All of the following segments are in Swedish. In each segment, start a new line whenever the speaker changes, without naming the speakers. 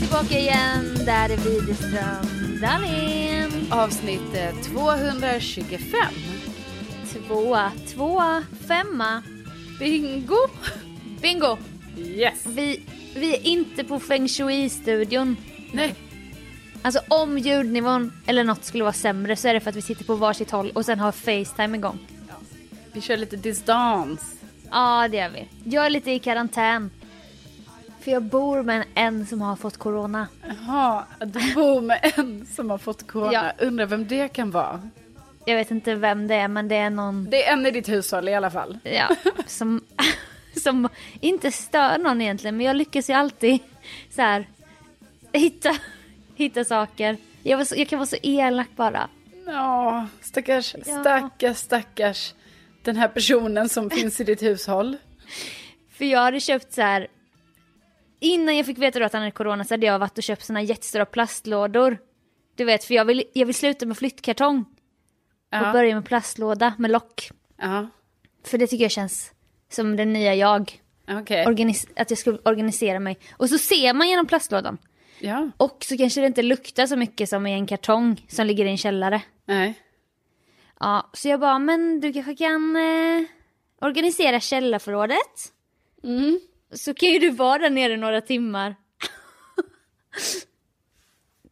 tillbaka igen. Där är Widerström Dahlén.
Avsnitt eh, 225.
Tvåa, tvåa, femma.
Bingo!
Bingo!
Yes!
Vi, vi är inte på feng shui-studion.
Nej,
Alltså om ljudnivån eller något skulle vara sämre så är det för att vi sitter på varsitt håll och sen har Facetime igång.
vi kör lite distans.
Ja, det gör vi. Jag är lite i karantän. För jag bor med en som har fått corona.
Jaha, du bor med en som har fått corona.
Ja.
Undrar vem det kan vara.
Jag vet inte vem det är men det är någon
Det är en i ditt hushåll i alla fall.
Ja, som, som inte stör någon egentligen men jag lyckas ju alltid så här, hitta, hitta saker. Jag, var så, jag kan vara så elak bara.
Ja, stackars, stackars, stackars den här personen som finns i ditt hushåll.
För jag hade köpt så här. Innan jag fick veta då att han hade corona så hade jag varit och köpt såna här jättestora plastlådor. Du vet, för jag vill, jag vill sluta med flyttkartong och
Ja,
börja med plastlåda med lock.
ja.
För det tycker jag känns som den nya jag.
okej.
Organis- att jag skulle organisera mig. Och så ser man genom plastlådan.
Ja,
Och så kanske det inte luktar så mycket som i en kartong som ligger i en källare.
nej.
Ja, så jag bara, men du kanske kan eh, organisera källarförrådet?
Mm.
Så kan ju du vara där nere några timmar.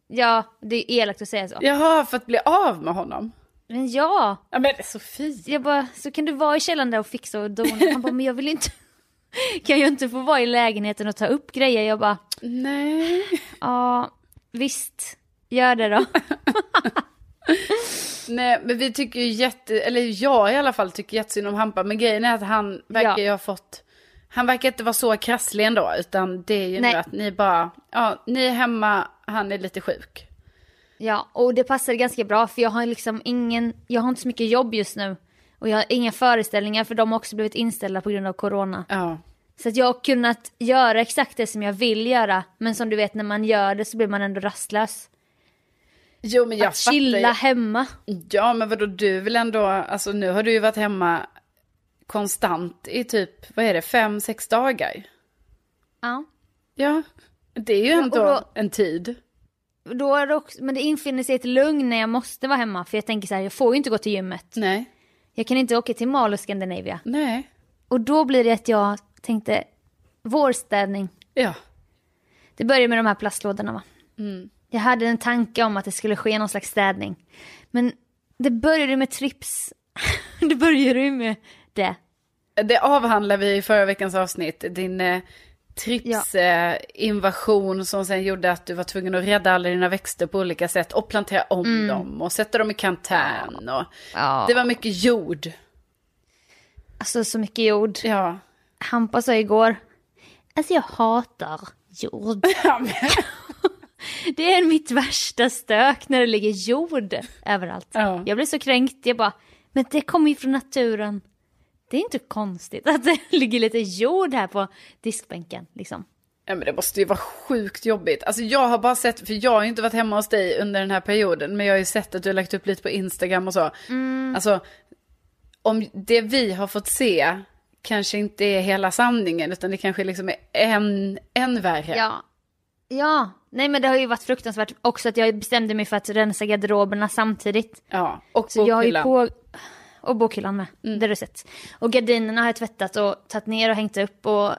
ja, det är elakt att säga så.
Jaha, för att bli av med honom.
Men ja,
Ja, men Sofia.
jag bara, så kan du vara i källaren där och fixa och dona. Han bara, men jag vill ju inte. Kan jag inte få vara i lägenheten och ta upp grejer? Jag bara,
Nej.
ja, visst, gör det då.
Nej, men vi tycker ju jätte, eller jag i alla fall tycker jättesynd om Hampa, men grejen är att han verkar
Ja.
ju ha fått, han verkar inte vara så krasslig ändå, utan det är ju
Nej.
nu att ni bara, ja, ni är hemma, han är lite sjuk.
Ja, och det passade ganska bra för jag har liksom ingen, jag har inte så mycket jobb just nu. Och jag har inga föreställningar för de har också blivit inställda på grund av corona.
Ja,
Så att jag har kunnat göra exakt det som jag vill göra. Men som du vet när man gör det så blir man ändå rastlös.
jo men jag
Att chilla
fattar
hemma.
ju. Ja, men vadå, du vill ändå, alltså nu har du ju varit hemma konstant i typ, vad är det, fem, sex dagar?
Ja.
Ja, det är ju
och
ändå
då-
en tid.
Då är det också, men det infinner sig ett lugn när jag måste vara hemma. För jag tänker så här, jag får ju inte gå till gymmet.
Nej,
Jag kan inte åka till Malå Scandinavia.
nej,
Och då blir det att jag tänkte, vårstädning.
ja,
Det börjar med de här plastlådorna va? Jag hade en tanke om att det skulle ske någon slags städning. Men det började ju med trips. det började ju med det.
Det avhandlade vi i förra veckans avsnitt, din eh, tripsinvasion som sen gjorde att du var tvungen att rädda alla dina växter på olika sätt och plantera om dem och sätta dem i kantän. Och
Ja.
Det var mycket jord.
Alltså så mycket jord.
Ja.
Hampa sa igår, alltså jag hatar jord. det är mitt värsta stök när det ligger jord överallt.
Ja.
Jag blev så kränkt, jag bara, men det kommer ju från naturen. Det är inte konstigt att det ligger lite jord här på diskbänken liksom.
ja, men det måste ju vara sjukt jobbigt. Alltså jag har bara sett, för jag har ju inte varit hemma hos dig under den här perioden, men jag har ju sett att du har lagt upp lite på Instagram och så.
Mm.
Alltså, om det vi har fått se kanske inte är hela sanningen, utan det kanske liksom är än, än värre.
Ja. Ja, nej men det har ju varit fruktansvärt också att jag bestämde mig för att rensa garderoberna samtidigt.
Ja, och
Så jag har ju
bokhyllan.
på... Och bokhyllan med, det har du sett. Och gardinerna har jag tvättat och tagit ner och hängt upp och...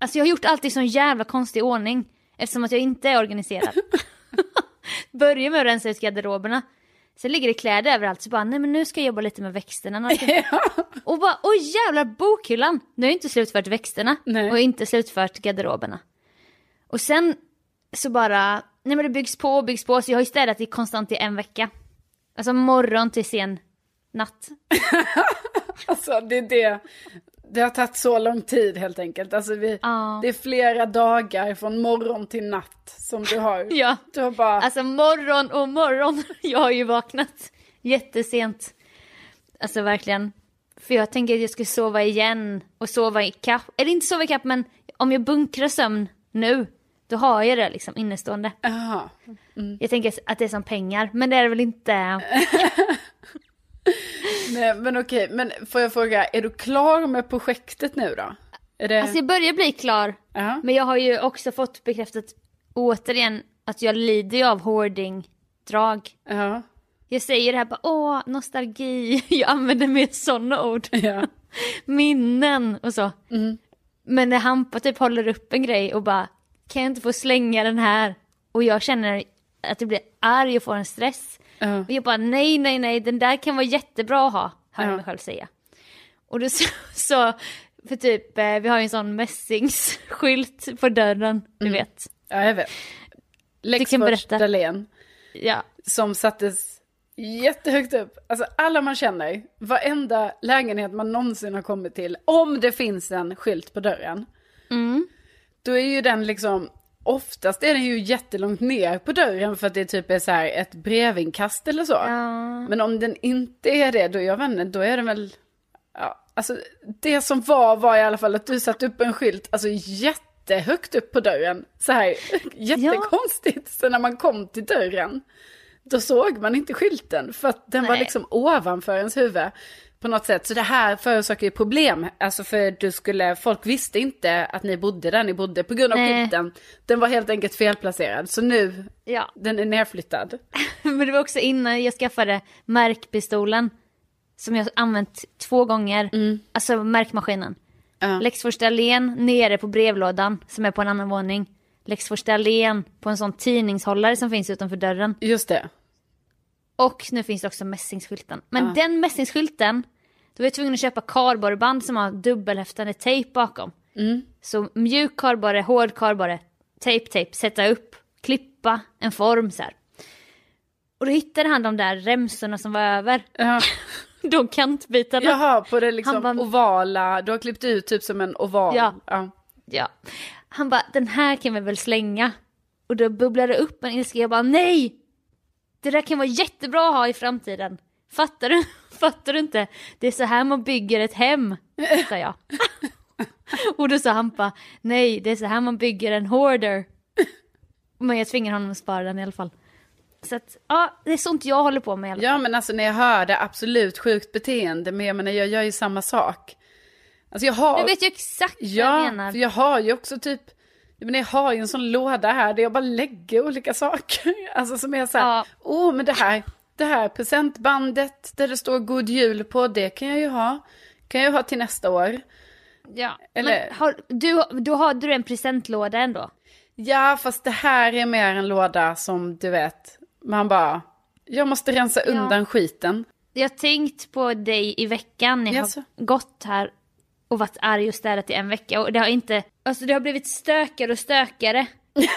Alltså jag har gjort allt i sån jävla konstig ordning. Eftersom att jag inte är organiserad. Börjar med att rensa ut garderoberna. Sen ligger det kläder överallt så bara, nej men nu ska jag jobba lite med växterna. Nu ska jag- Och bara, oj jävlar bokhyllan! Nu har jag inte slutfört växterna
Nej.
och inte slutfört garderoberna. Och sen så bara, nej men det byggs på och byggs på så jag har ju städat i konstant i en vecka. Alltså morgon till sen natt.
Alltså det är det. Det har tagit så lång tid helt enkelt. Alltså vi,
Ja.
det är flera dagar från morgon till natt som du har.
Ja.
Du har bara,
Alltså morgon och morgon, jag har ju vaknat jättesent. Alltså verkligen. För jag tänker att jag ska sova igen och sova i kapp. Eller inte sova i kapp men om jag bunkrar sömn nu, då har jag det liksom innestående.
jaha.
Jag tänker att det är som pengar, men det är det väl inte.
Nej, men okej, men får jag fråga, är du klar med projektet nu då? Är det,
Alltså jag börjar bli klar,
Ja.
men jag har ju också fått bekräftat återigen Att jag lider ju av hoarding-drag.
Ja.
Jag säger det här bara åh, nostalgi, jag använder mer sådana ord.
ja.
Minnen och så. Men när Hampa typ håller upp en grej och bara kan jag inte få slänga den här? Och jag känner att jag blir arg och får en stress.
Ja.
Och jag bara nej, nej, nej, den där kan vara jättebra att ha, hör jag
Ja.
mig själv säga. Och då så, så för typ, eh, vi har ju en sån mässingsskylt på dörren, du
Mm.
vet.
ja, jag vet.
kan
Lexfors
berätta.
Dahlén.
Ja,
som sattes jättehögt upp. Alltså alla man känner, varenda lägenhet man någonsin har kommit till, om det finns en skylt på dörren.
Mm.
Då är ju den liksom, oftast är den ju jättelångt ner på dörren för att det typ är så här ett brevinkast eller så.
Ja.
Men om den inte är det, då, jag vet inte, då är den väl, ja, alltså det som var var i alla fall att du satte upp en skylt, alltså jättehögt upp på dörren. Så här jättekonstigt. Så när man kom till dörren, då såg man inte skylten för att den var
Nej.
liksom ovanför ens huvud. På något sätt, så det här förorsakar ju problem. Alltså för du skulle, folk visste inte att ni bodde där ni bodde på grund av
Nej.
skylten. Den var helt enkelt felplacerad. Så nu,
ja.
den är nerflyttad.
Men det var också innan jag skaffade märkpistolen. Som jag använt två gånger. Alltså märkmaskinen.
Mm. Ja.
Lex Dahlén nere på brevlådan som är på en annan våning. Lex Dahlén på en sån tidningshållare som finns utanför dörren.
Just det.
Och nu finns det också mässingsskylten. Men den mässingsskylten, då var jag tvungen att köpa kardborreband som har dubbelhäftande tejp bakom. Så mjuk kardborre, hård kardborre, tejp, tejp, sätta upp, klippa en form så här. Och då hittade han de där remsorna som var över,
Ja.
de kantbitarna.
Jaha, på det liksom
Han bara-
ovala, du har klippt ut typ som en oval.
Ja.
Ja.
Ja. Han bara, den här kan vi väl slänga? Och då bubblade det upp en ilska, jag bara nej! Det där kan vara jättebra att ha i framtiden. Fattar du? Fattar du inte? Det är så här man bygger ett hem, sa jag. Och då sa han bara, nej, det är så här man bygger en hoarder. Men jag tvingar honom att spara den i alla fall. Så att, ja, det är sånt jag håller på med i alla fall.
Ja men alltså när jag hör det, absolut sjukt beteende, men jag menar jag gör ju samma sak. Alltså jag har...
Nu vet jag exakt vad
ja,
jag menar.
för jag har ju också typ, jag menar jag har ju en sån låda här där jag bara lägger olika saker. Alltså som är så här,
Ja.
åh men det här, det här presentbandet där det står god jul på, det kan jag ju ha. Kan jag ha till nästa år.
Ja.
eller-
Men har, du, då har du en presentlåda ändå?
Ja, fast det här är mer en låda som du vet, man bara, jag måste rensa undan skiten.
Jag har tänkt på dig i veckan. Jag
Jaså?
har gått här och varit arg och städat i en vecka. Och det har inte... Alltså det har blivit stökigare och stökigare.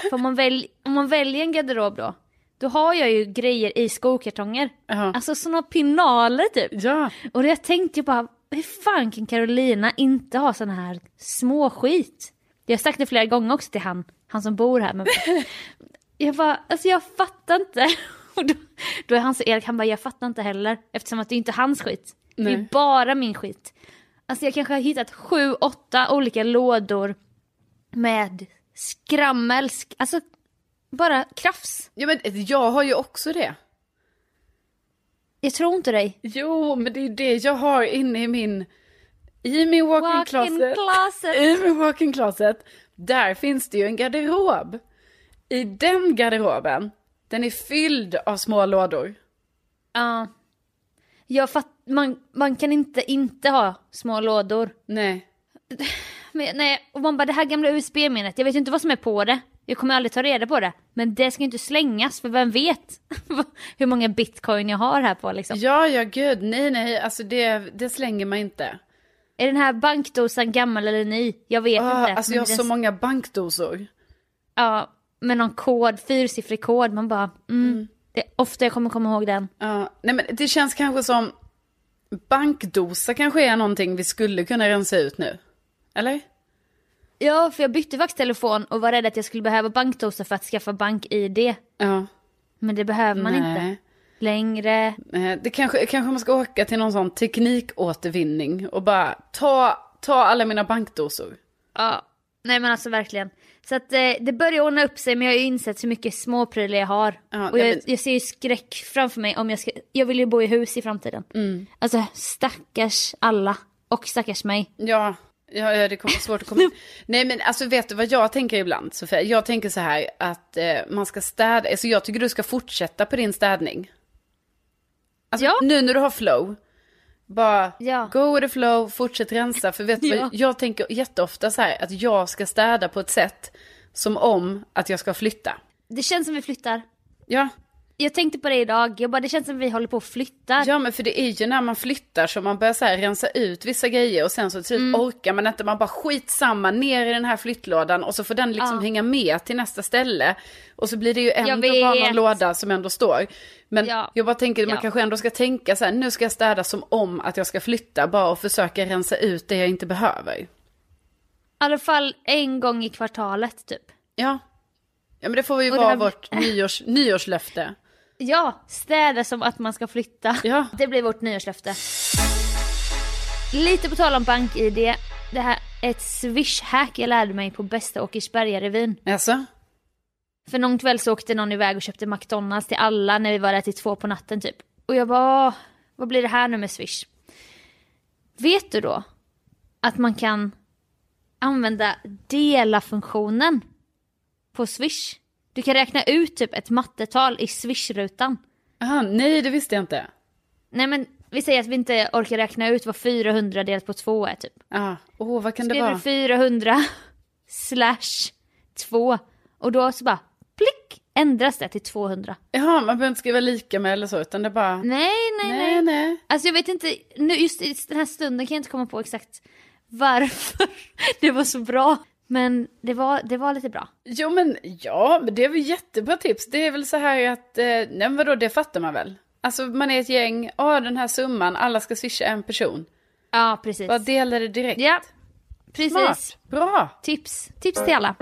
För om man, väl, om man väljer en garderob då. Då har jag ju grejer i skokartonger.
Jaha.
Alltså såna pinaler typ.
Ja,
Och då jag tänkte jag bara, hur fan kan Carolina inte ha sån här småskit? Jag har sagt det flera gånger också till han, han som bor här. Men jag bara, alltså jag fattar inte. Och då, då är han så elak, han bara, jag fattar inte heller. Eftersom att det är inte hans skit. Det är
Nej.
bara min skit. Alltså jag kanske har hittat sju, åtta olika lådor med skrammelsk, alltså bara krafs.
ja men jag har ju också det.
Jag tror inte dig.
Jo, men det är det jag har inne i min, i min walk-in closet.
closet.
I min walk-in closet, där finns det ju en garderob. I den garderoben, den är fylld av små lådor.
Ja. Jag fatt, man, man kan inte inte ha små lådor.
Nej.
Men, nej, och man bara det här gamla USB-minnet, jag vet ju inte vad som är på det. Jag kommer aldrig ta reda på det. Men det ska ju inte slängas för vem vet hur många bitcoin jag har här på liksom.
Ja, ja gud, nej, nej, alltså det, det slänger man inte.
Är den här bankdosan gammal eller ny? Jag vet
Ah,
inte.
alltså
men
jag har
den-
så många bankdosor.
Ja, med någon kod, fyrsiffrig kod. Man bara, mm. Det är ofta jag kommer komma ihåg den.
Ja, nej men det känns kanske som bankdosa kanske är någonting vi skulle kunna rensa ut nu. Eller?
Ja, för jag bytte faktiskt telefon och var rädd att jag skulle behöva bankdosa för att skaffa bank-id.
Ja.
Men det behöver man inte.
nej.
längre.
Eh, Det kanske, kanske man ska åka till någon sån teknikåtervinning och bara ta, ta alla mina bankdosor.
Ja. Nej men alltså verkligen. Så att eh, det börjar ordna upp sig men jag har ju insett hur mycket småprylar jag har.
Ja,
och jag,
nej, men-
jag ser ju skräck framför mig om jag ska, jag vill ju
Mm.
bo i hus i framtiden. Alltså stackars alla och stackars mig.
Ja, Ja, ja, det kommer svårt att komma in. Nej men alltså vet du vad jag tänker ibland Sofia? Jag tänker så här att eh, man ska städa, alltså jag tycker du ska fortsätta på din städning. Alltså
Ja.
nu när du har flow, bara
Ja.
go with the flow, fortsätt rensa. För vet du
Ja.
vad, jag tänker jätteofta så här att jag ska städa på ett sätt som om att jag ska flytta.
Det känns som vi flyttar.
Ja,
Jag tänkte på det idag, jag bara det känns som vi håller på och flyttar.
ja men för det är ju när man flyttar som man börjar så här rensa ut vissa grejer och sen så typ
Mm.
orkar man inte, man bara skitsamma ner i den här flyttlådan och så får den liksom
Ja.
hänga med till nästa ställe. Och så blir det ju ändå
Jag
bara någon
vet.
låda som ändå står. Men
Ja.
jag bara tänker att man
Ja.
kanske ändå ska tänka så här, nu ska jag städa som om att jag ska flytta bara och försöka rensa ut det jag inte behöver.
I alla fall en gång i kvartalet typ.
Ja, ja men det får ju
Och det
vara
här blir-
vårt nyårs, nyårslöfte.
Ja, städa som att man ska flytta.
Ja.
Det blir vårt nyårslöfte. Lite på tal om bank-id. Det här är ett swish-hack jag lärde mig på bästa Åkersberga-revyn.
Alltså?
För någon kväll så åkte någon iväg och köpte McDonalds till alla när vi var där till två på natten typ. Och jag bara, "Åh, vad blir det här nu med Swish? Vet du då att man kan använda dela-funktionen på Swish? Du kan räkna ut typ ett mattetal i Swish-rutan.
Aha, nej det visste jag inte.
Nej men vi säger att vi inte orkar räkna ut vad 400 delat på 2 är typ.
Ja, åh vad kan det
Skriver
vara?
400 slash 2 och då så bara plick ändras det till 200.
Jaha, man behöver inte skriva lika med eller så, utan det är bara...
Nej, nej, nej.
nej. nej.
Alltså jag vet inte, nu, just i den här stunden kan jag inte komma på exakt varför det var så bra. Men det var, det var lite bra.
Jo men ja, men det är väl jättebra tips. Det är väl så här att, eh, nej men vadå, det fattar man väl? Alltså man är ett gäng, ja den här summan, alla ska swisha en person.
Ja, precis.
Bara dela det direkt.
Ja, precis.
Smart, bra.
Tips, tips till alla.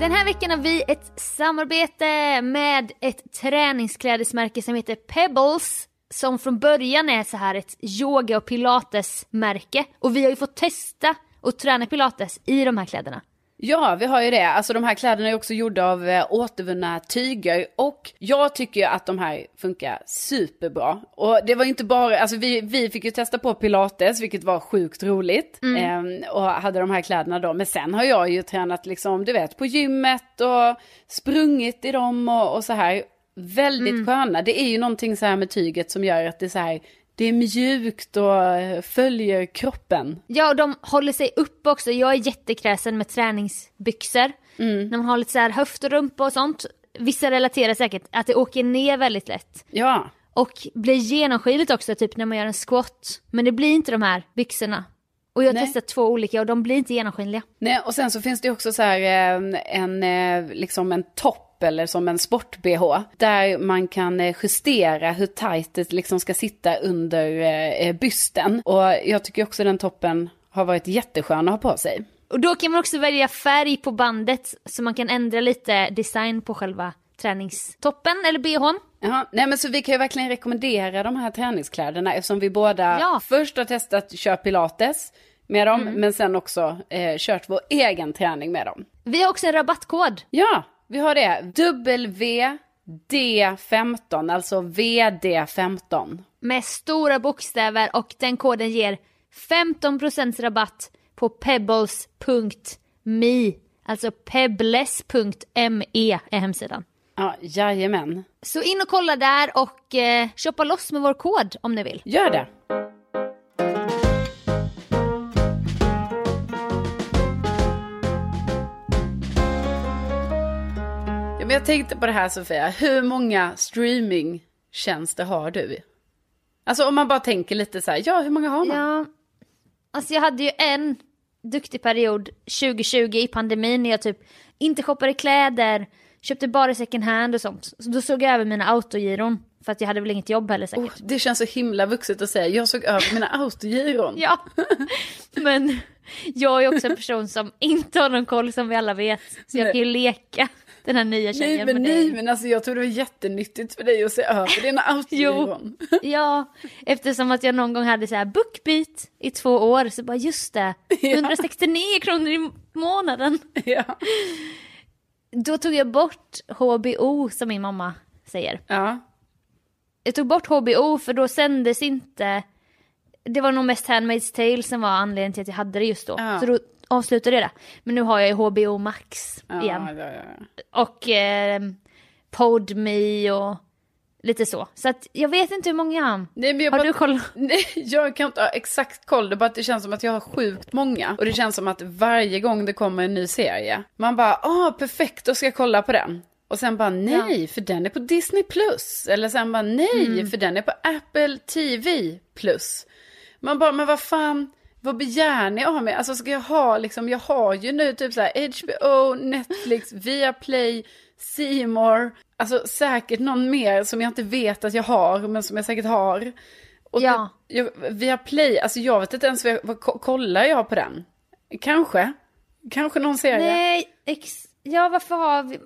Den här veckan har vi ett samarbete med ett träningsklädesmärke som heter Pebbles som från början är så här ett yoga och pilatesmärke och vi har ju fått testa och träna pilates i de här kläderna.
Ja, vi har ju det. Alltså de här kläderna är också gjorda av eh, återvunna tyger och jag tycker ju att de här funkar superbra. Och det var ju inte bara, alltså vi, vi fick ju testa på pilates vilket var sjukt roligt eh, och hade de här kläderna då. Men sen har jag ju tränat liksom, du vet, på gymmet och sprungit i dem och, och så här. Väldigt sköna. Det är ju någonting så här med tyget som gör att det är så här, det är mjukt och eh, följer kroppen.
Ja, och de håller sig upp också. Jag är jättekräsen med träningsbyxor. När man har lite så här höft och rumpa och sånt. Vissa relaterar säkert att det åker ner väldigt lätt.
Ja.
Och blir genomskinligt också, typ när man gör en squat. Men det blir inte de här byxorna. Och jag har
Nej.
testat två olika och de blir inte genomskinliga.
Nej, och sen så finns det ju också så här eh, en, eh, liksom en topp eller som en sport-bh. Där man kan eh, justera hur tajt det liksom ska sitta under eh, eh, bysten. Och jag tycker också den toppen har varit jätteskön att ha på sig.
Och då kan man också välja färg på bandet så man kan ändra lite design på själva träningstoppen eller bhn.
Ja, nej men så vi kan ju verkligen rekommendera de här träningskläderna eftersom vi båda
Ja.
först har testat köra pilates med dem men sen också eh, kört vår egen träning med dem.
Vi har också en rabattkod.
Ja, vi har det. WD15, alltså VD15.
med stora bokstäver och den koden ger 15% rabatt på pebbles.me. Alltså pebbles.me är hemsidan.
Ja, jajamän.
Så in och kolla där och eh, shoppa loss med vår kod om ni vill.
Gör det. Ja, men jag tänkte på det här Sofia, hur många streamingtjänster har du? Alltså om man bara tänker lite så här, ja hur många har man?
Ja, alltså jag hade ju en duktig period 2020 i pandemin när jag typ inte shoppade kläder, köpte bara second hand och sånt. Så då såg jag över mina autogiron för att jag hade väl inget jobb heller säkert.
Oh, det känns så himla vuxet att säga, jag såg över mina autogiron.
Ja, men jag är också en person som inte har någon koll som vi alla vet. Så jag
Nej.
kan ju leka den här nya tjejen
Nej men
med dig.
nej men alltså jag tror det var jättenyttigt för dig att se över dina autogiron.
Ja, eftersom att jag någon gång hade så här bookbeat i två år så bara just det, 169 kronor i månaden.
ja.
Då tog jag bort HBO som min mamma säger.
Ja.
Jag tog bort HBO för då sändes inte, det var nog mest Handmaid's Tale som var anledningen till att jag hade det just då.
Ja.
Så då avslutade jag det. Men nu har jag ju HBO Max
Ja,
igen.
ja, ja, ja.
Och eh, Podme och lite så. Så att jag vet inte hur många.
Nej, men jag
Har
bara-
du koll?
Nej, jag kan inte ha exakt koll, det är bara att det känns som att jag har sjukt många. Och det känns som att varje gång det kommer en ny serie, man bara, ah perfekt, då ska jag kolla på den. Och sen bara nej, för den är på Disney+. Plus. Eller sen bara nej,
Mm.
för den är på Apple TV+. Plus. Man bara, men vad fan, vad begär ni av mig? Alltså ska jag ha liksom, jag har ju nu typ så här HBO, Netflix, Viaplay, C More. Alltså säkert någon mer som jag inte vet att jag har, men som jag säkert har. Och
Ja.
det, jag, via Play, alltså jag vet inte ens, vad jag, vad, ko- kollar jag på den? Kanske. Kanske någon serie.
Nej, ex- ja varför har vi?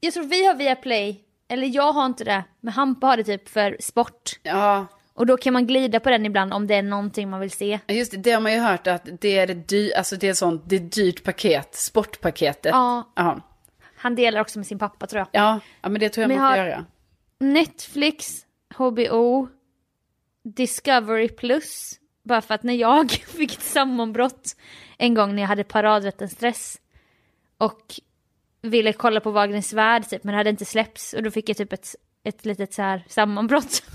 Jag tror vi har Viaplay. Eller jag har inte det. Men Hampa har det typ för sport.
Ja,
Och då kan man glida på den ibland om det är någonting man vill se.
just det, det har man ju hört att det är det dy, alltså det är sånt, det är dyrt paket, sportpaketet.
Ja.
Ja,
Han delar också med sin pappa tror jag.
ja, ja men det tror jag
Men
man får
har-
göra.
Netflix, HBO, Discovery Plus. Bara för att när jag fick ett sammanbrott en gång när jag hade paradrätten-stress och ville kolla på Wagners värld typ, men det hade inte släppts och då fick jag typ ett, ett litet så här sammanbrott.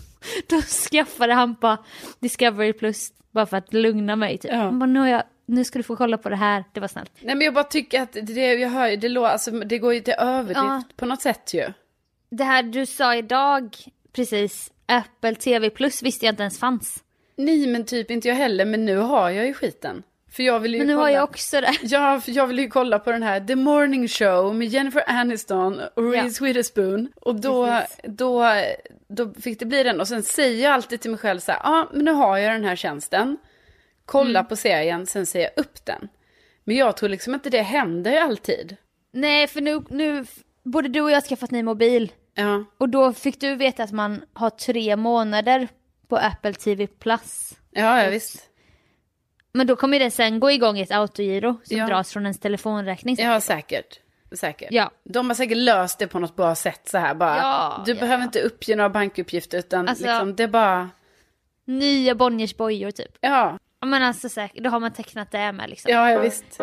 Då skaffade han på Discovery Plus bara för att lugna mig typ.
Ja.
Han bara, nu, har jag, nu ska du få kolla på det här, det var snällt.
Nej men jag bara tycker att det, jag hör ju, det, lå, alltså, det går ju till överdrift
Ja.
på något sätt ju.
Det här du sa idag precis, Apple TV Plus visste jag inte ens fanns.
Nej men typ inte jag heller, men nu har jag ju skiten. För jag vill ju
Men nu
kolla.
har jag också det.
Ja, för jag vill ju kolla på den här The Morning Show med Jennifer Aniston och Reese Witherspoon. Och då,
Precis.
då, då fick det bli den. Och sen säger jag alltid till mig själv så här, ja men nu har jag den här tjänsten. Kolla
Mm.
på serien, sen säger jag upp den. Men jag tror liksom inte det händer alltid.
Nej, för nu, nu både du och jag har skaffat ny mobil.
Ja,
Och då fick du veta att man har tre månader på Apple TV Plus.
ja, ja visst.
Men då kommer den sen gå igång i ett autogiro som
Ja.
dras från ens telefonräkning.
Ja, säkert. Säkert.
Ja.
De har säkert löst det på något bra sätt så här bara.
Ja,
du
ja,
behöver
ja.
inte uppge några bankuppgifter utan
Alltså-
liksom, det är bara,
Nya Bonniers bojor typ.
ja,
Ja, Men alltså säkert, då har man tecknat det med liksom.
ja, ja visst.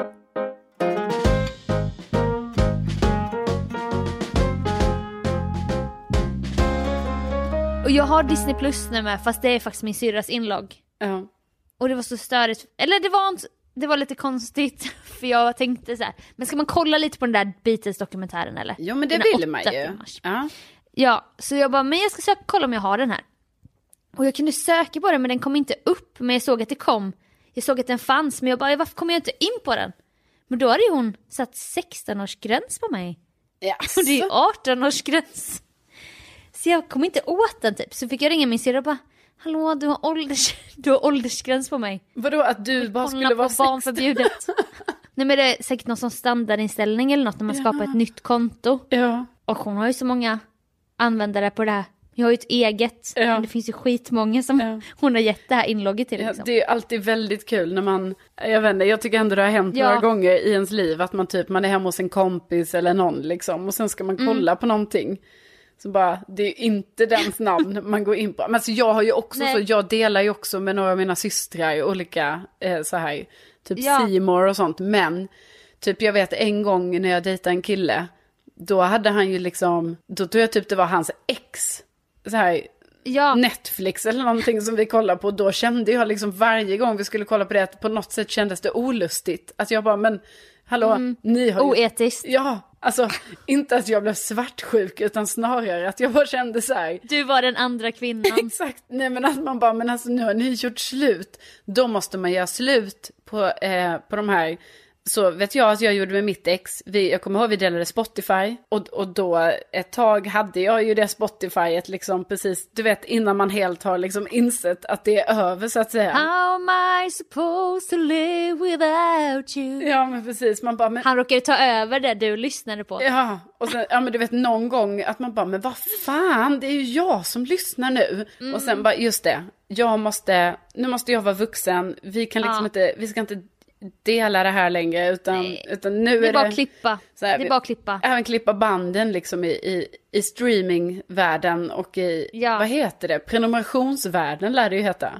Och jag har Disney Plus nu med fast det är faktiskt min syrras inlogg.
Ja.
Och det var så störigt. Eller det var inte, det var lite konstigt för jag tänkte så här. Men ska man kolla lite på den där Beatles dokumentären eller?
Jo men det
Den här
vill man
åtta
ju.
timmars.
Ja.
Ja, så jag bara, men jag ska söka, kolla om jag har den här. Och jag kunde söka på den men den kom inte upp, men jag såg att det kom. Jag såg att den fanns, men jag bara, varför kommer jag inte in på den? Men då hade ju hon satt 16-årsgräns på mig.
Jaså?
Och det är ju 18-årsgräns. Så jag kom inte åt den typ, så fick jag ringa min syrra och bara, hallå du har, ålders... du har åldersgräns på mig.
Vadå att du bara
Kolla
skulle
på
vara
barn
16?
förbjudet. Nej men det är säkert någon sån standardinställning eller något när man skapar ett nytt konto.
Ja.
Och hon har ju så många användare på det här. Jag har ju ett eget.
Ja.
Men det finns ju skitmånga som
Ja.
hon har gett det här inlogget till.
Ja,
Liksom.
det är ju alltid väldigt kul när man, jag vet inte, jag tycker ändå det har hänt
Ja.
några gånger i ens liv att man typ, man är hemma hos en kompis eller någon liksom och sen ska
Mm.
man kolla på någonting. Så bara, det är ju inte dens namn man går in på. Men alltså jag har ju också
Nej.
så, jag delar ju också med några av mina systrar olika eh, så här, typ
Ja.
C More och sånt. Men typ jag vet en gång när jag dejtade en kille, då hade han ju liksom, då tror jag typ det var hans ex. Så här,
Ja,
Netflix eller någonting som vi kollar på. Då kände jag liksom varje gång vi skulle kolla på det att på något sätt kändes det olustigt. Att jag bara, men hallå, ni har ju...
oetiskt.
Ja, alltså inte att jag blev svartsjuk utan snarare att jag bara kände så här.
Du var den andra kvinnan.
Exakt, nej men att man bara, men alltså nu har ni gjort slut. Då måste man göra slut på, eh, på de här. Så vet jag att jag gjorde med mitt ex, vi, jag kommer ihåg vi delade Spotify och, och då ett tag hade jag ju det Spotifyet liksom precis, du vet innan man helt har liksom insett att det är över så att säga.
How am I supposed to live without you?
Ja men precis, man bara, men
Han råkade ta över det du lyssnade på.
Ja, och sen, ja men du vet någon gång att man bara, men vad fan, det är ju jag som lyssnar nu.
Mm.
Och sen bara, just det, jag måste, nu måste jag vara vuxen, vi kan liksom
Ja.
inte, vi ska inte dela det här längre utan,
Nej.
utan nu
Det
är
är bara
det...
att klippa.
så här,
det
vi-
är bara att klippa.
Även klippa banden liksom i, i, i streamingvärlden och i,
Ja.
vad heter det, prenumerationsvärlden lär det ju heta.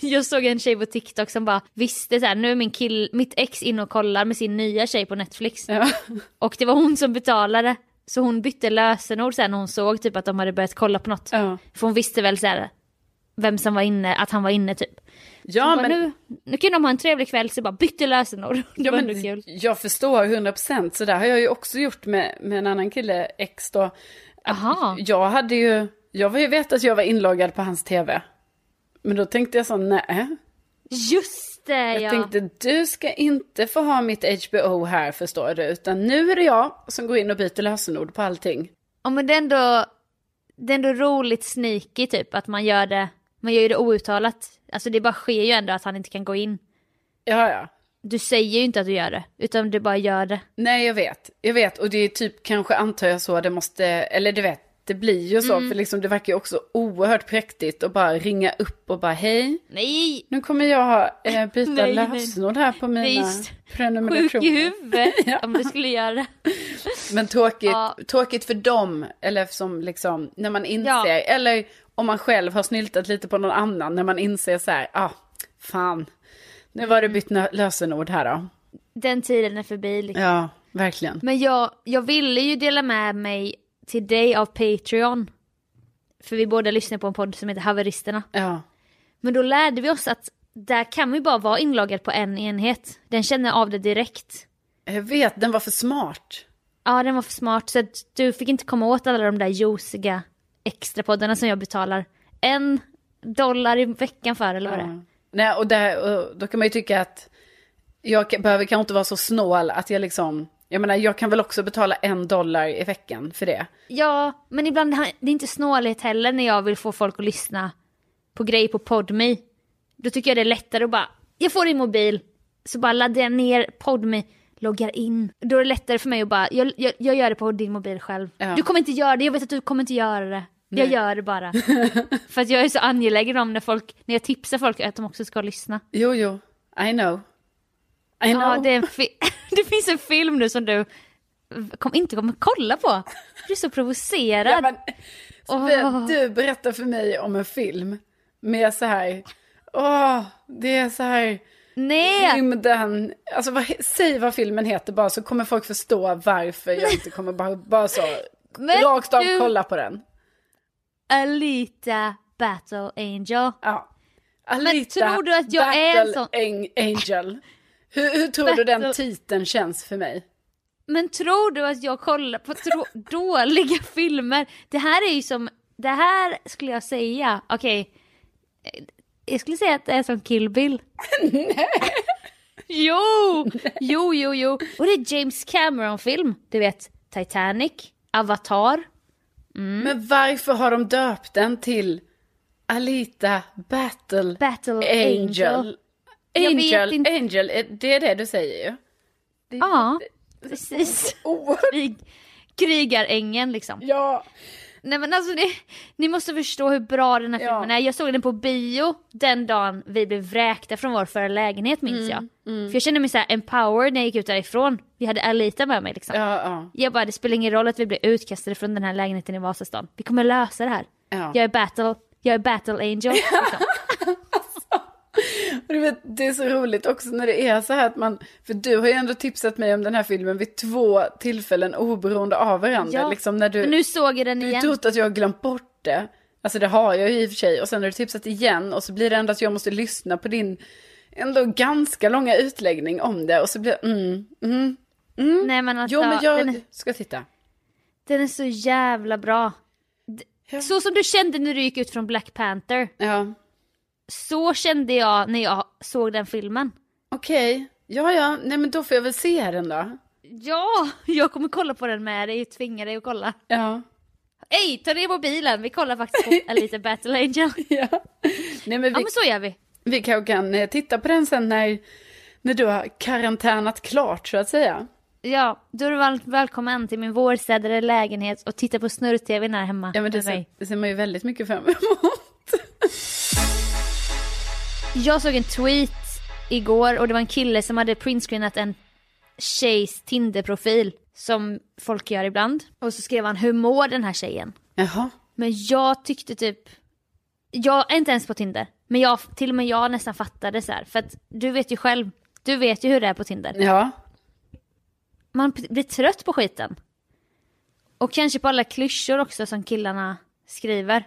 Jag såg en tjej på TikTok som bara visste så här, nu är min kill, mitt ex inne och kollar med sin nya tjej på Netflix.
Ja.
Och det var hon som betalade. Så hon bytte lösenord sen när hon såg typ att de hade börjat kolla på något.
Ja,
För hon visste väl så här, vem som var inne, att han var inne typ.
ja
bara,
men,
nu, nu kan de ha en trevlig kväll så bara bytte lösenord. Det
ja,
var ändå
men
kul.
jag förstår 100% så där har jag ju också gjort med, med en annan kille, ex då.
Aha.
Jag hade ju, jag var ju vet att jag var inloggad på hans tv. Men då tänkte jag så nej.
Just det
Jag
ja.
tänkte du ska inte få ha mitt HBO här förstår du. Utan nu är det jag som går in och byter lösenord på allting.
Ja men det är ändå, det är ändå roligt sneaky typ att man gör det, man gör ju det outtalat. Alltså det bara sker ju ändå att han inte kan gå in.
Ja, ja.
Du säger ju inte att du gör det, utan du bara gör det.
Nej, jag vet. Jag vet. Och det är typ kanske antar jag så det måste, eller du vet, det blir ju så.
Mm.
För liksom det verkar ju också oerhört präktigt att bara ringa upp och bara hej.
Nej!
Nu kommer jag eh, byta
Nej, nej.
lösenord här på
är
mina
just- Sjuk i
prenumerationer.
huvudet om du skulle göra det.
Men tråkigt,
Ja.
tråkigt för dem. Eller som liksom, när man inser.
Ja.
Eller om man själv har snyltat lite på någon annan. När man inser så här, ah, fan. Nu var det bytt nö- lösenord här då.
Den tiden är förbi. Liksom.
Ja, verkligen.
Men jag, jag ville ju dela med mig till dig av Patreon. För vi båda lyssnar på en podd som heter Haveristerna.
Ja.
Men då lärde vi oss att där kan vi bara vara inloggad på en enhet. Den känner av det direkt.
Jag vet, den var för smart.
Ja, den var för smart. Så att du fick inte komma åt alla de där juiciga extrapoddarna som jag betalar en dollar i veckan för, eller vad det är.
Ja. Nej, och, där, och då kan man ju tycka att jag kan- behöver kanske inte vara så snål att jag liksom, jag menar jag kan väl också betala en dollar i veckan för det.
Ja, men ibland det är inte snålhet heller när jag vill få folk att lyssna på grejer på Podme. Då tycker jag det är lättare att bara, jag får din mobil, så bara laddar jag ner Podme, loggar in. Då är det lättare för mig att bara, jag, jag, jag gör det på din mobil själv.
Ja.
Du kommer inte göra det, jag vet att du kommer inte göra det. Jag gör det bara. för att jag är så angelägen om när folk, när jag tipsar folk att de också ska lyssna.
Jo, jo, I know. I know.
Ja, det, är en fi- det finns en film nu som du kom, inte kommer kolla på. Du är så provocerad.
Ja, men, Sofia,
Åh.
Du berättar för mig om en film med så här, åh, det är så här,
Nej!
rymden, alltså vad, he- säg vad filmen heter bara så kommer folk förstå varför jag inte kommer bara, bara så,
Men
rakt av
du-
kolla på den.
Alita Battle Angel.
Ja.
tror du att jag är en
Battle
sån-
Ang- Angel. Hur, hur tror du
Battle-
den titeln känns för mig?
Men tror du att jag kollar på tro- dåliga filmer? Det här är ju som, det här skulle jag säga, okej. eh, Jag skulle säga att det är som Kill Bill. Nej! jo! Jo, jo, jo. Och det är James Cameron-film. Du vet, Titanic, Avatar. Mm.
Men varför har de döpt den till Alita Battle,
Battle
Angel?
Angel. Jag vet
Angel,
inte.
Angel, eh, det är det du säger ju. Ah. Det är
Ja, precis.
oerhört-
Krig, krigarängen liksom.
Ja,
Nej men alltså ni, ni måste förstå hur bra den här
Ja.
filmen är. Jag såg den på bio den dagen vi blev vräkta från vår förra lägenhet
Mm,
minns jag. För jag kände mig så här empowered när jag gick ut därifrån. Vi hade Alita med mig liksom.
ja, ja.
Jag bara det spelar ingen roll att vi blir utkastade från den här lägenheten i Vasastan. Vi kommer lösa det här.
Ja.
Jag är battle, jag är battle angel. Liksom.
Och du vet, det är så roligt också när det är så här att man, för du har ju ändå tipsat mig om den här filmen vid två tillfällen oberoende av varandra.
Ja.
Liksom när du,
Men nu såg jag den
Jag har
igen.
trott att jag har glömt bort det. Alltså det har jag ju i och för sig. Och sen har du tipsat igen och så blir det ändå att jag måste lyssna på din ändå ganska långa utläggning om det. Och så blir det, mm, mm.
Nej men alltså
Jo men jag
den, är,
ska titta.
den är så jävla bra. D-
Ja.
Så som du kände när du gick ut från Black Panther.
Ja,
Så kände jag när jag såg den filmen.
okej. Ja, ja, nej men då får jag väl se den då.
Ja, jag kommer kolla på den med dig, tvinga dig att kolla.
Ja.
Ey, ta ner mobilen, vi kollar faktiskt på Alita Battle Angel.
ja. Nej men
Ja
vi,
men så gör vi.
vi kanske kan eh, titta på den sen när, när du har karantänat klart så att säga.
Ja, då är du varmt välkommen till min vårstädade lägenhet och titta på snurr-tvn här hemma.
Ja men det
med
ser,
mig.
det ser man ju väldigt mycket fram emot.
Jag såg en tweet igår och det var en kille som hade printscreenat en tjejs Tinder-profil som folk gör ibland. Och så skrev han “Hur mår den här tjejen?”
Jaha.
Men jag tyckte typ, jag är inte ens på Tinder, men jag, till och med jag nästan fattade så här, för att du vet ju själv, du vet ju hur det är på Tinder.
Ja.
Man p- blir trött på skiten. Och kanske på alla klyschor också som killarna skriver.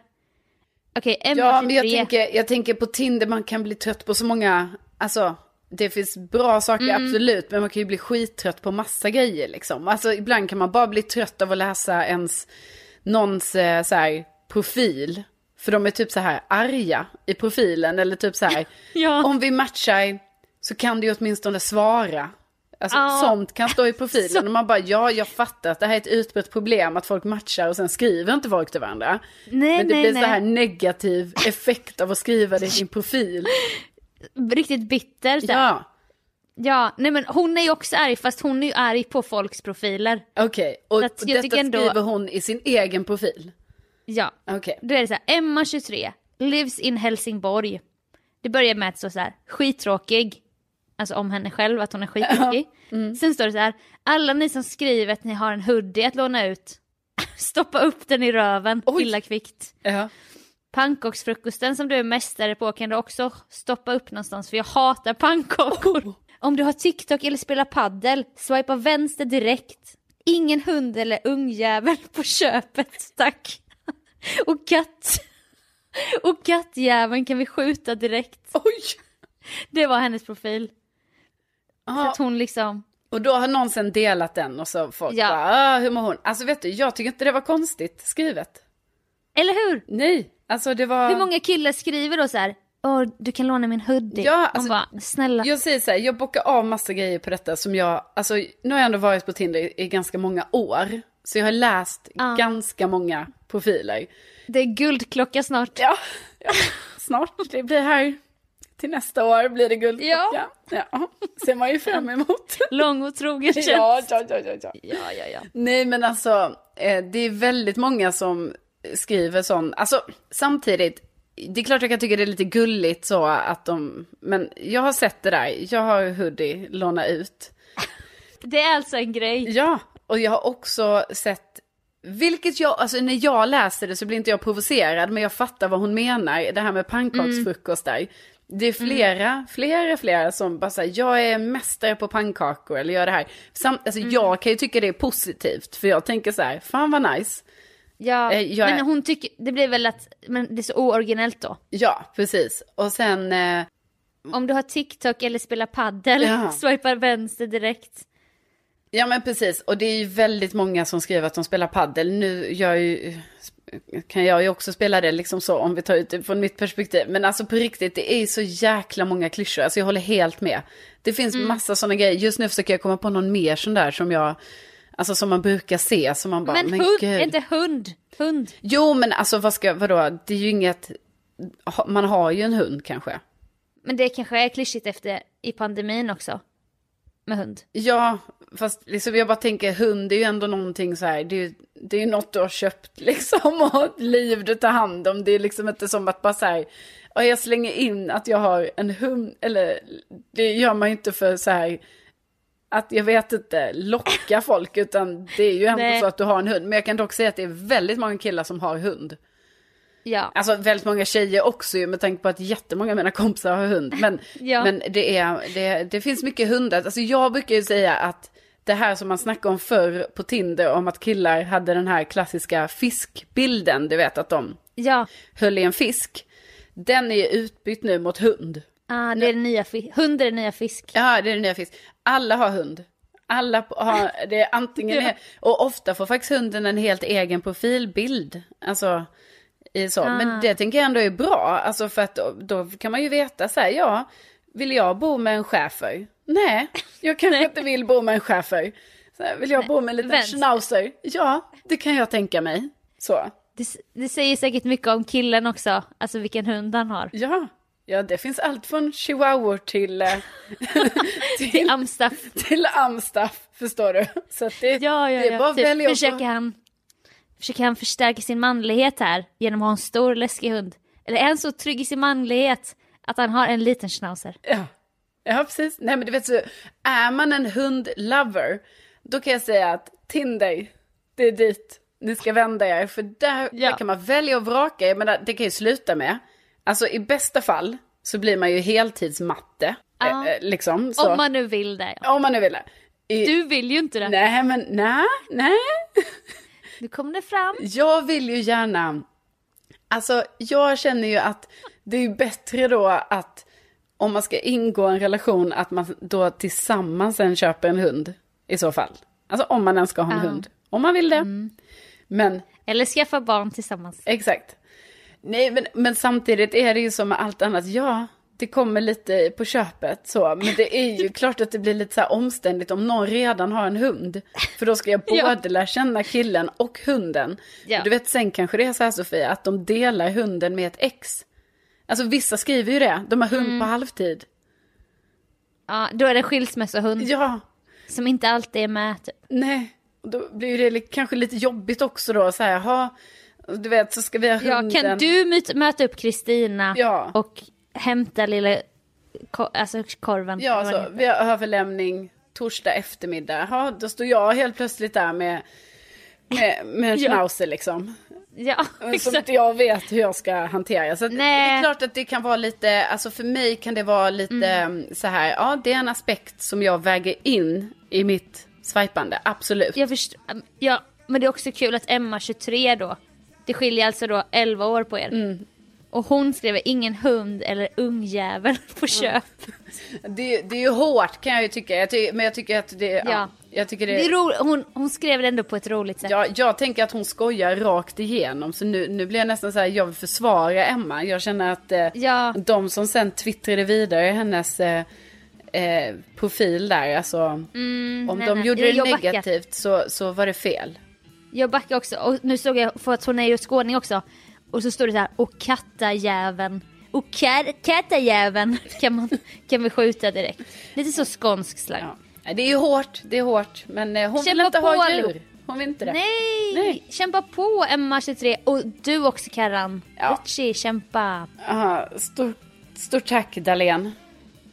Okej, Emma
Ja, men jag
23.
tänker, jag tänker på Tinder, man kan bli trött på så många, alltså det finns bra saker
Mm.
absolut, men man kan ju bli skittrött på massa grejer liksom. Alltså ibland kan man bara bli trött av att läsa ens, någons eh, så här, profil. För de är typ så här arga i profilen, eller typ så här,
Ja.
om vi matchar så kan du ju åtminstone svara. Alltså
Ja.
sånt kan stå i profilen och man bara ja jag fattar att det här är ett utbrett problem att folk matchar och sen skriver inte folk till varandra.
Nej,
Men det
nej,
blir
nej.
så här negativ effekt av att skriva det i sin profil.
Riktigt bitter. Så här.
Ja,
Ja, nej men hon är ju också arg fast hon är ju arg på folks profiler.
okej. Och
Så att jag
detta
tycker ändå-
skriver hon i sin egen profil.
Ja.
Okej.
Då är det så här, Emma 23, lives in Helsingborg. Det börjar med att stå så här, skittråkig. Alltså om henne själv, att hon är skittråkig.
Mm.
Sen står det så här, alla ni som skriver att ni har en hoodie att låna ut, stoppa upp den i röven,
Oj.
illa kvickt.
Ja.
Pannkaksfrukosten som du är mästare på kan du också stoppa upp någonstans för jag hatar pannkakor. Oh. Om du har TikTok eller spelar paddel, swipa vänster direkt. Ingen hund eller ungjävel på köpet, tack. Och katt. Och kattjäveln kan vi skjuta direkt.
Oj!
Det var hennes profil. Så
Ja,
att hon liksom,
och då har någon sen delat den och så folk
Ja.
bara, "Ah, hur mår hon? Alltså vet du, jag tycker inte det var konstigt skrivet.
eller hur?
Nej, alltså det var...
Hur många killar skriver då så här, Åh, du kan låna min hoodie.
Ja,
Ja,
alltså,
bara, snälla.
Jag säger så här, jag bockar av massa grejer på detta som jag, alltså nu har jag ändå varit på Tinder i- i ganska många år. Så jag har läst
Ja.
ganska många profiler.
Det är guldklocka snart.
Ja, ja, snart. Det blir här till nästa år blir det guldklocka. Ja.
Ja.
ja, ser man ju fram emot.
Lång och trogen tjänst.
Ja, ja, ja, ja, ja.
ja, ja, ja.
Nej men alltså, eh, det är väldigt många som skriver sån, alltså samtidigt, det är klart jag kan tycka det är lite gulligt så att de, men jag har sett det där, jag har hoodie, låna ut.
Det är alltså en grej.
Ja, och jag har också sett, vilket jag, alltså när jag läser det så blir inte jag provocerad, men jag fattar vad hon menar, det här med pannkaksfrukost där. Det är flera, flera, flera som bara säger jag är mästare på pannkakor eller gör det här. Sam, alltså jag kan ju tycka det är positivt, för jag tänker så här, fan vad nice.
Ja,
Eh, jag är-
men hon tycker, det blir väl att, men det är så ooriginellt då.
Ja, precis. Och sen, eh,
Om du har TikTok eller spelar paddel,
Ja.
swipar vänster direkt.
ja men precis, och det är ju väldigt många som skriver att de spelar paddel. Nu gör ju, kan jag ju också spela det liksom så om vi tar ut det från mitt perspektiv. Men alltså på riktigt, det är ju så jäkla många klyschor, alltså jag håller helt med. Det finns
Mm.
massa sådana grejer, just nu försöker jag komma på någon mer sån där som jag, alltså som man brukar se, som man bara, men,
men hund,
gud.
inte hund, hund.
Jo men alltså vad ska, vadå, det är ju inget, ha- man har ju en hund kanske.
Men det kanske är klyschigt efter i pandemin också. Med hund.
Ja, fast liksom jag bara tänker hund det är ju ändå någonting så här, det är ju det är ju något du har köpt liksom och har ett liv du tar hand om. Det är liksom inte som att bara så här, "Ja, jag slänger in att jag har en hund, eller det gör man ju inte för så här, att jag vet inte, locka folk, utan det är ju ändå
Nej.
så att du har en hund. Men jag kan dock säga att det är väldigt många killar som har hund.
Ja,
Alltså väldigt många tjejer också ju med tanke på att jättemånga av mina kompisar har hund. Men,
Ja.
men det, är, det, det finns mycket hundar. Alltså jag brukar ju säga att det här som man snackade om förr på Tinder om att killar hade den här klassiska fiskbilden, du vet att de
ja.
höll i en fisk. Den är ju utbytt nu mot hund.
Ah, det är den nya fi- hund är den nya fisk.
Ja, det är den nya fisk. Alla har hund. Alla på- har, det är antingen,
Ja.
och ofta får faktiskt hunden en helt egen profilbild. Alltså, i så. Men
Ah.
det tänker jag ändå är bra, alltså för att då, då kan man ju veta så här, ja, vill jag bo med en schäfer? Nej, jag kanske inte vill bo med en schäfer. Så här, vill jag bo med en liten
vänster.
schnauzer? Ja, det kan jag tänka mig. Så,
Det, s- det säger säkert mycket om killen också, alltså vilken hund han har.
ja. Ja, det finns allt från chihuahua till, eh,
Till Amstaff.
till amstaff, förstår du. Så att det,
Ja, ja,
det är
ja.
bara att
typ,
välja och-
försöker, han, försöker han förstärka sin manlighet här genom att ha en stor läskig hund? Eller är han så trygg i sin manlighet att han har en liten schnauzer?
Ja. Ja, precis. Nej, men du vet så, är man en hundlover, då kan jag säga att Tinder, det är dit ni ska vända er. För där,
Ja.
där kan man välja och vraka. Jag menar, det kan ju sluta med, alltså i bästa fall så blir man ju heltidsmatte.
Ja.
Eh, eh, liksom, så.
Om man nu vill det. Ja.
Om man nu vill det. I,
Du vill ju inte det.
Nej, men nej, nej.
Nu kom det fram.
Jag vill ju gärna... Alltså, jag känner ju att det är ju bättre då att om man ska ingå en relation att man då tillsammans sen köper en hund i så fall. Alltså om man ens ska ha en
Ja.
hund. Om man vill det. Men
Eller skaffa barn tillsammans.
Exakt. Nej, men, men samtidigt är det ju som med allt annat. Ja, det kommer lite på köpet så. Men det är ju klart att det blir lite så här omständigt om någon redan har en hund. För då ska jag både
Ja.
lära känna killen och hunden.
Ja.
Du vet, sen kanske det är så här Sofia, att de delar hunden med ett ex. Alltså vissa skriver ju det, de har hund
Mm.
på halvtid.
Ja, då är det skilsmässohund
Ja,
som inte alltid är med typ.
nej. Och Då blir ju det li- kanske lite jobbigt också då, så här, ha, du vet, så ska vi ha
Ja,
hunden.
kan du myt- möta upp Kristina
Ja.
och hämta lilla ko- alltså korven?
Ja,
Vad det
så
heter.
vi har överlämning torsdag eftermiddag. Jaha, då står jag helt plötsligt där med, med, med en
Ja.
schnauzer liksom.
ja
Som
exakt.
inte jag vet hur jag ska hantera. Så att det
Nej.
är klart att det kan vara lite, alltså för mig kan det vara lite mm. så här, ja det är en aspekt som jag väger in i mitt swipande, absolut.
Jag förstår. um, Ja, men det är också kul att Emma 23 då, det skiljer alltså då 11 år på er.
Mm.
Och hon skrev ingen hund eller ungjävel på köp.
Det, det är ju hårt kan jag ju tycka, jag ty, men jag tycker att det, ja.
Ja.
jag tycker
Det är ro- hon, hon skrev det ändå på ett roligt sätt.
Ja, jag tänker att hon skojar rakt igenom. Så nu, nu blir jag nästan så här, jag vill försvara Emma. Jag känner att eh,
Ja.
de som sen twittrade vidare hennes eh, eh, profil där, alltså. om
Mm, nej,
de
nej.
gjorde
Jo, jag
det
backar.
negativt så, så var det fel.
Jag backar också, och nu såg jag, för att hon är ju skåning också, och så står det så här, och kattajäveln. Och kat- kattajäveln kan, man, kan vi skjuta direkt. Lite så skånsk slang.
Ja. Nej, Det är ju hårt, det är hårt. Men eh, hon
Kämpa
vill inte
på,
ha djur.
allihop.
Hon vill inte det.
Nej!
Nej.
Kämpa på Emma23 och du också Karan.
Ja.
Gucci, kämpa.
Aha, stort, stort tack Dahlén.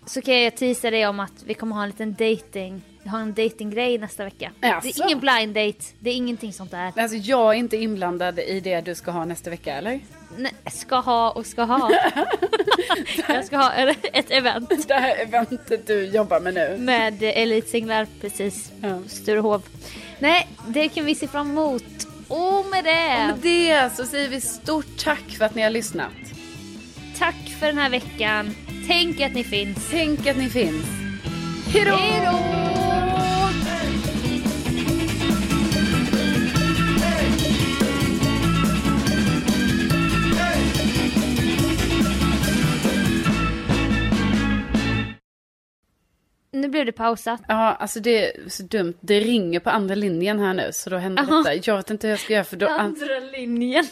Så kan jag teasa dig om att vi kommer ha en liten dating, ha en datinggrej nästa vecka. Det
Jaså?
är ingen blind date, det är ingenting sånt där.
Alltså jag är inte inblandad i det du ska ha nästa vecka eller?
Nej, ska ha och ska ha. jag ska ha ett event.
Det här eventet du jobbar med nu.
Med eh, elitsinglar, precis.
Ja.
Sturehov. Nej, det kan vi se fram emot. Och med det,
Med det så säger vi stort tack för att ni har lyssnat.
tack för den här veckan. Tänk att ni finns.
Tänk att ni finns. Hejdå!
Hej då! Nu blev det pausat.
Ja, alltså det är så dumt. Det ringer på andra linjen här nu, så då händer
Aha.
detta. Jag vet inte hur jag ska göra, för då... An...
Andra linjen.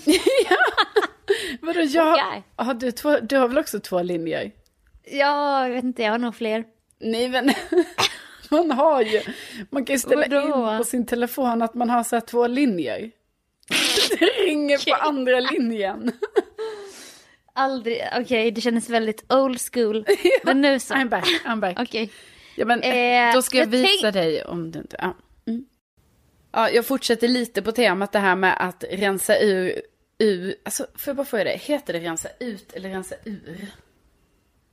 Vadå, jag...
Okej.
Ja, du, har två... du har väl också två linjer?
Ja, jag vet inte, jag har nog fler.
Nej, men... man har ju... Man kan ju ställa
Vadå?
in på sin telefon att man har så här två linjer. det ringer på andra linjen.
Aldrig, okej det kändes väldigt old school. Men nu så.
I'm back, I'm back.
Okej.
Ja, men,
Eh,
då ska jag
jag
visa
tänk-
dig om du inte... Ja. Mm. Ja, jag fortsätter lite på temat det här med att rensa ur... ur alltså, får jag bara fråga dig, heter det rensa ut eller rensa ur?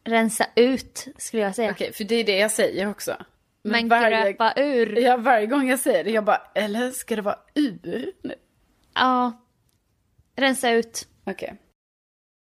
Rensa ut skulle jag säga.
Okej, för det är det jag säger också.
Men
varje,
gröpa ur. Ja.
ja, varje gång jag säger det, jag bara, eller ska det vara ur nu?
Rensa ut.
Okej.